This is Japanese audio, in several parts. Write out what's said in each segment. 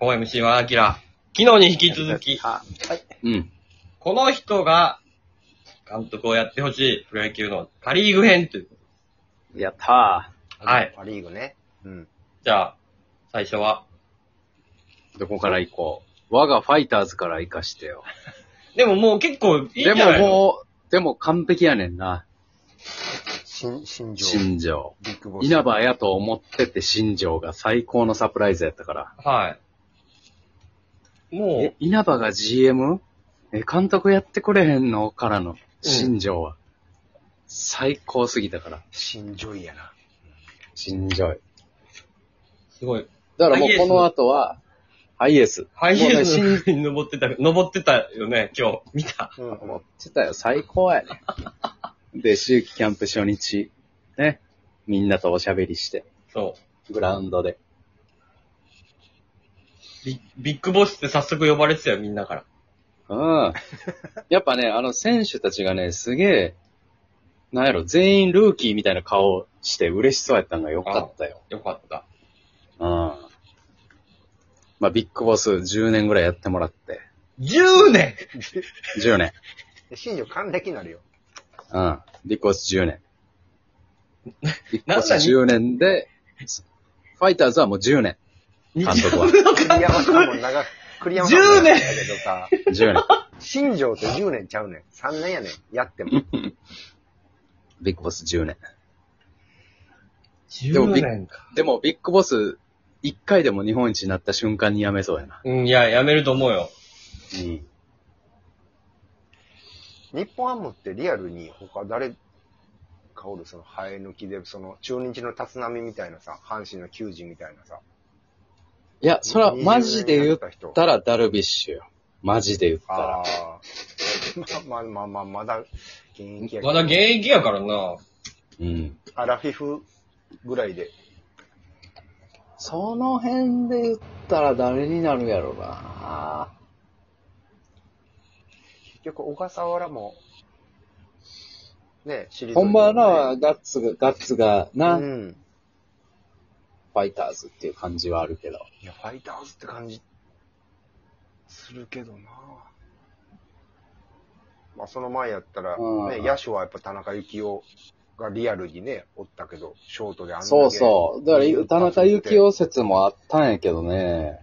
OMC はアキラ。昨日に引き続き、あ、はい。うん。この人が監督をやってほしいプロ野球のパリーグ編という。やったはいパリーグね。うん。じゃあ、最初は。ー。どこから行こう。我がファイターズから行かしてよ。でももう結構いいんじでゃなもいのもう、でも完璧やねんな。新、新庄。新庄。ビッグボス。稲葉やと思ってて新庄が最高のサプライズやったから。はい。もうえ、、稲葉が GM? え、監督やってくれへんのからの新庄は。最高すぎたから。新庄やな。新庄。すごい。だからもうこの後は、ハイエース。ハイエースもうねの上に登ってた、登ってたよね、今日。見た。う新思ってたよ。最高や ね。で、秋季キャンプ初日、ね。みんなとおしゃべりして、そグラウンドで。う。ビビッグボスって早速呼ばれてたよ、みんなから。うん。やっぱね、あの選手たちがね、すげえ、なんやろ、全員ルーキーみたいな顔をして嬉しそうやったのが良かったよ。よかった。うん。まあ、ビッグボス10年ぐらいやってもらって。 10年10年。ん。新庄還暦になるよ。うん。ビッグボス10年。ビッグなボんスだ10年で、ファイターズはもう10年。監督は。栗山さんも長く、栗山さんも長かったけどさ、 10年。 新庄って10年ちゃうねん。3年やねん。やっても。ビッグボス10年。でも10ビッ年か。でも、ビッグボス、1回でも日本一になった瞬間に辞めそうやな。うん、いや、やめると思うよ。うん。日本ハムってリアルに他誰かおる、その生え抜きで、その中日の立浪みたいなさ、阪神の球児みたいなさ。いや、それはマジで言っ20年や人たらダルビッシュよ。マジで言ったあら。あ。 まあまあまあ、まだ現役やけどまだ現役やからな。うん。アラフィフぐらいで。その辺で言ったら誰になるやろな。結局、小笠原も、ね、シリーズ。ほんまはな、ガッツが、ガッツがな、うフん。ァイターズっていう感じはあるけど。いや、ファイターズって感じ、するけどなまあ、その前やったら、うんね、野手はやっぱ田中幸雄がリアルにね、おったけど、ショートであんだけそうそう。だから、田中幸雄雄説もあったんやけどね。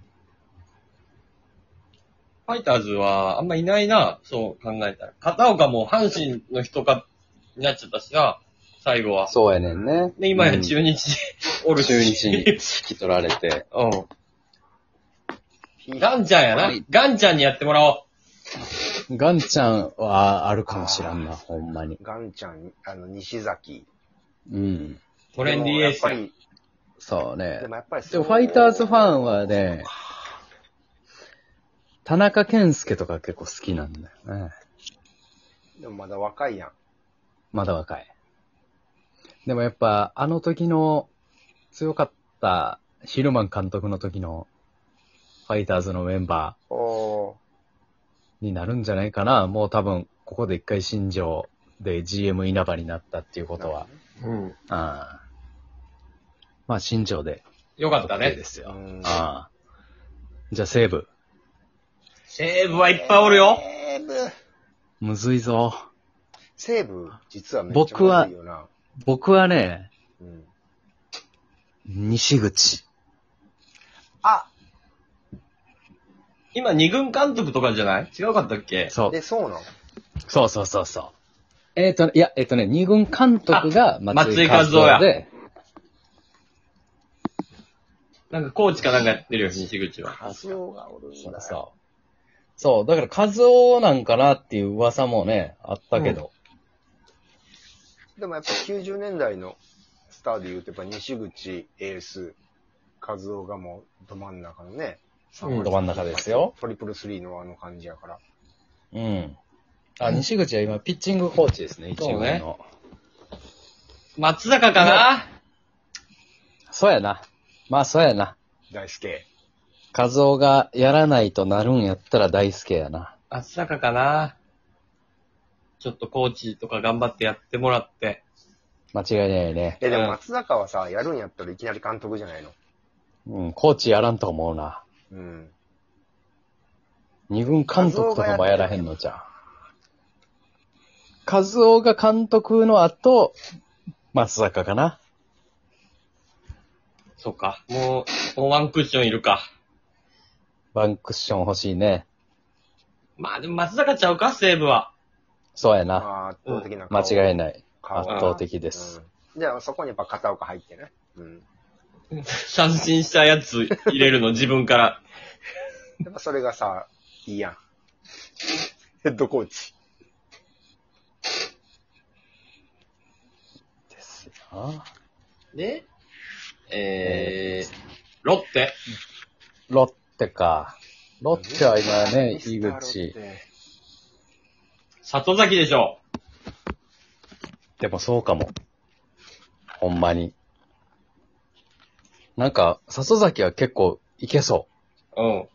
ファイターズはあんまいないな、そう考えたら。片岡も阪神の人か、になっちゃったしな、最後は。そうやねんね。で、今や中中日に、おるし。中日に引き取られて。うン。ガンちゃんやな。ガンちゃんにやってもらおガンちゃんはあるかもしらんな、ほんまに。ガンちゃん、あの、西崎。うん。う。トレンディエースでもやっぱ。り、そうねで。もやっぱりでも、ファイターズファン。ンはね、田中健介とか結構好きなんだよね。でもまだ若いやん。まだ若い。でもやっぱ、あの時の強かったヒルマン監督の時のファイターズのメンバおーになるんじゃないかな。もう多分、ここで一回新庄で GM 稲葉になったっていうーことは。。うん。ああまあ、新庄で。よかったねで。すよ。うんああじゃあ、西武。セーブはいっぱいおるよ。西武。むずいぞ。西武、実はめっちゃ僕は悪いよな。僕はね、うん西口。あ、今二軍監督とかじゃない違うかったっけそうえ、。そうなのそうそうそうそう。えっ、と、いや、えっ、とね、二軍監督が松井あ和松井和夫夫で、なんかコーチかなんかやってるよ、西口は。カズオがおるんだそうよ。そう。そう、だから和夫なんかなっていう噂もね、あったけど。でもやっぱ90年代のスターで言うと、やっぱ西口、エース、和夫がもうど真ん中のね、うんど真ん中ですよ。トリプルスリーのあの感じやから。うん。あ、西口は今、ピッチングコーチですね、一そう軍ねの。松坂かなそうやな。まあ、そうやな。大輔。和夫がやらないとなるんやったら大輔やな。松坂かなちょっとコーチとか頑張ってやってもらって。間違いないね。え、でうもん松坂はさ、やるんやったらいきなり監督じゃないの。うん、コーチやらんと思うな。うん。二軍監督とかもやらへんのじゃん。和夫が監督の後、松坂かな。そうか。もう、もうワンクッションいるか。ワンクッション欲しいね。まあでも松坂ちゃうか、西武は。そうやな。まあ、圧倒的な間顔。違いない。顔圧倒的です。うんじゃあ、そこにやっぱ片岡入ってね。うん。三振したやつ入れるの、自分から。やっぱそれがさ、いいやん。ヘッドコーチ。ですよで、えー、ロッテ。ロッテか。ロッテは今ね、ミス井ターロッ口。テ里崎でしょ。でもそうかも。ほんまに。なんか、里崎は結構いけそううん。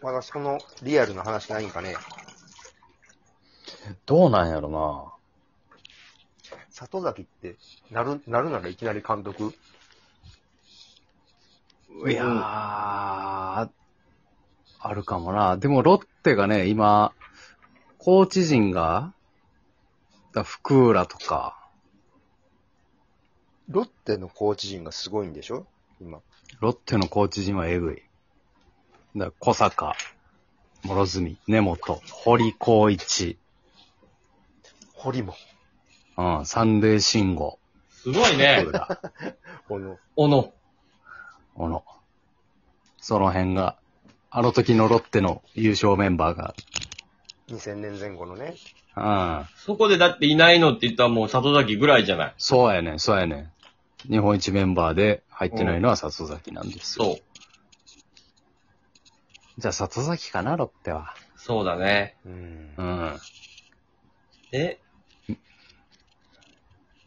まだそのリアルな話ないんかね。う。どうなんやろな。里崎って、なる、なるならいきなり監督いやー、あるかもな。でもロッテがね、今、コーチ陣が、だ福浦とか、ロッテのコーチ陣がすごいんでしょ今。ロッテのコーチ陣はえぐい。だ小坂、諸角、根本、堀光一、堀も。うん、三塁慎吾、すごいね福。浦、 この、おの。小野。その辺が、あの時のロッテの優勝メンバーが、 2000年前後のね。うん、そこでだっていないのって言ったらもう里崎ぐらいじゃない。そうやねん、そうやねん。日本一メンバーで入ってないのは里崎なんですよ。そう。じゃあ里崎かな、ロッテは。そうだね。うんう。ん。で、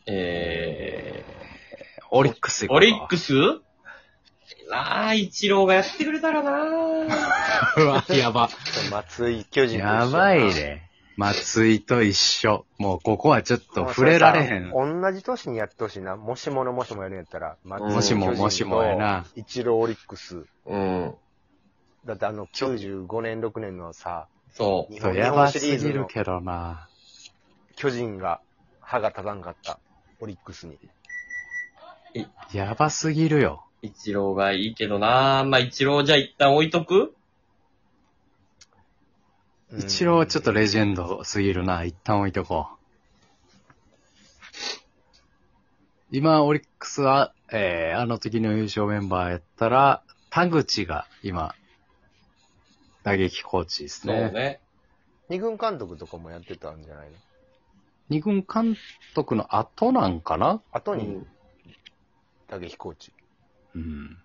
えオリックー、スオリックス。スあー、一郎がやってくれたらなうわ、 やば。松井巨人と一緒やばい。ね。松井と一緒。もうここはちょっと触れられへん。もうそれさ同じ年にやってほしいな。もしものもしもやるんやったら、松もしも巨人ともしもやな。一郎オリックス。うん。だってあの95年、6年のさ、そ日そ本う、日や本ばシすリーぎズるのけどな。巨人が歯が立たんかった。オリックスに。やばすぎるよ。う。一郎がいいけどなまあ一郎じゃ一旦置いとく一郎ちょっとレレジェンドすぎるな。一旦置いとこう。今、オリックスは、えー、あの時の優勝メンバーやったら、田口が今、打撃コーチですそうね。ね。二軍監督とかもやってたんじゃないの二軍監督の後なんかな後うにん打撃コーチ。うん。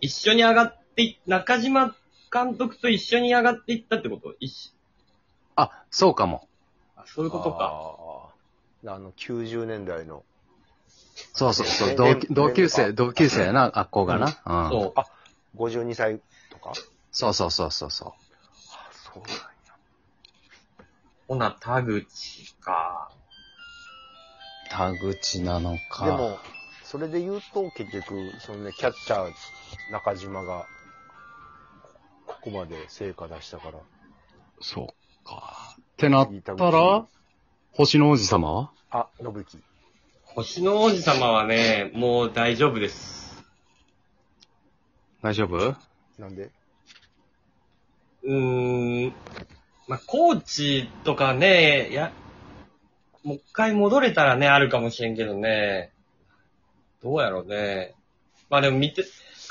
一緒に上がってい、中島監督と一緒に上がっていったってこと一緒あ、そうかも。あそういうことか。あー。あの、90年代の。そうそうそえう。同連級同級連生、同級生やな、学校がな。うん。そう。あ52歳とかそうそうそうそうあ、そそうほな、田口か。う。田口なのか。でも、それで言うと、結局、そのね、キャッチャー、中島が、こここまで成果出したから。そうか。ってなったら田、星の王子様はあ、信之。星の王子様はね、もう大丈夫です。大丈夫なんでうーん。まあ、コーチとかね、や、もう一回戻れたらね、あるかもしれんけどね。どうやろうね。まあでも見て、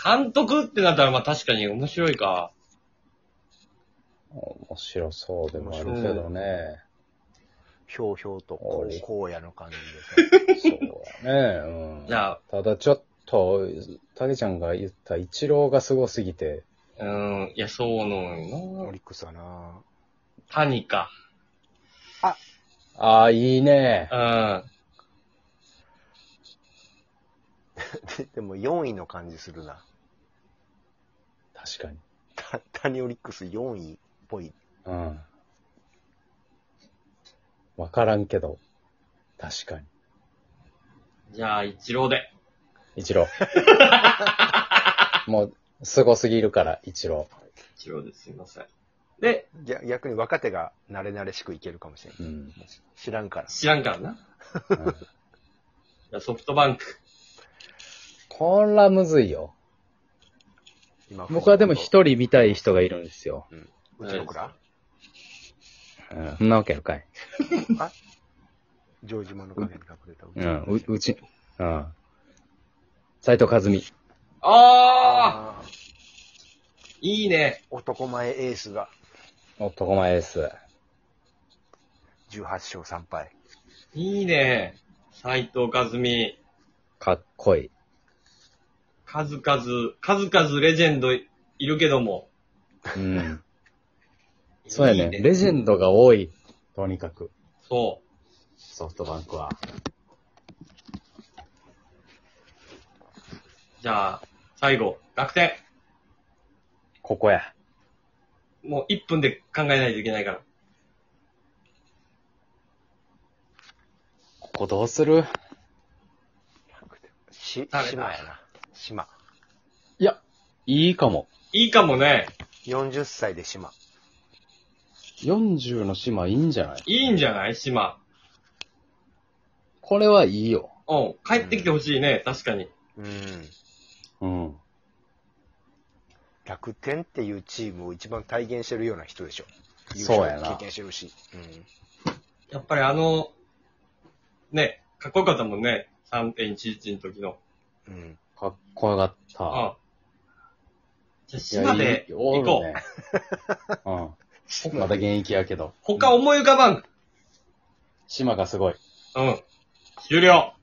監督ってなったらまあ確かに面白いか。面白そうでもあるけどね。ひょうひょうと、こ、おいうこうやの感じ でさ。そうやね。じゃあ、ただちょっと、たけちゃんが言った一郎がすごすぎて、うーん、いや、そうのオよな。リックスはな谷か。ああ、いいねう。ん。ででも、4位の感じするな。確かに。た、谷オリックス4位っぽい。うん。わからんけど、確かに。じゃあ、一郎で。一 郎。もう、すごすぎるから、一郎。一郎です。すいません。で、ぎゃ逆に若手が慣れ慣れしくいけるかもしれない。うん。知らんから。知らんからな。うん じゃあソフトバンク。こらむずいよ。今僕はでも一人見たい人がいるんですよ。うちの子らうん。そんなわけあるかい。ジョージモンの陰に隠れたううん。子う、うち、うん。斎藤和美。あああーいいね。男前エースが男前です。 18勝3敗。いいね。斎藤和美。かっこいい。数々、数々レジェンドいるけども。うん。 そうやねいいレジェンドが多い。とにかく。そソフトバンクは。う。じゃあ、最後、楽天。ここや。もう1分で考えないといけないから。ここどうするし、誰だ島やな。島。いや、いいかも。いいかもね。 40歳で島。 40の島いいんじゃないいいんじゃない島。これはいいよ。うん。帰ってきてほしいね。確かに。うん。うん。楽天っていうチームを一番体現してるような人でしょ。そうやな優勝経験してるし。うん。やっぱりあの、ね、かっこよかったもんね。3.11の時の。うん。かっこよかった。うん。じゃあ、いや島でいい行おこるう。ねうん。まだ現役やけど。他思い浮かばん。島がすごい。うん。終了。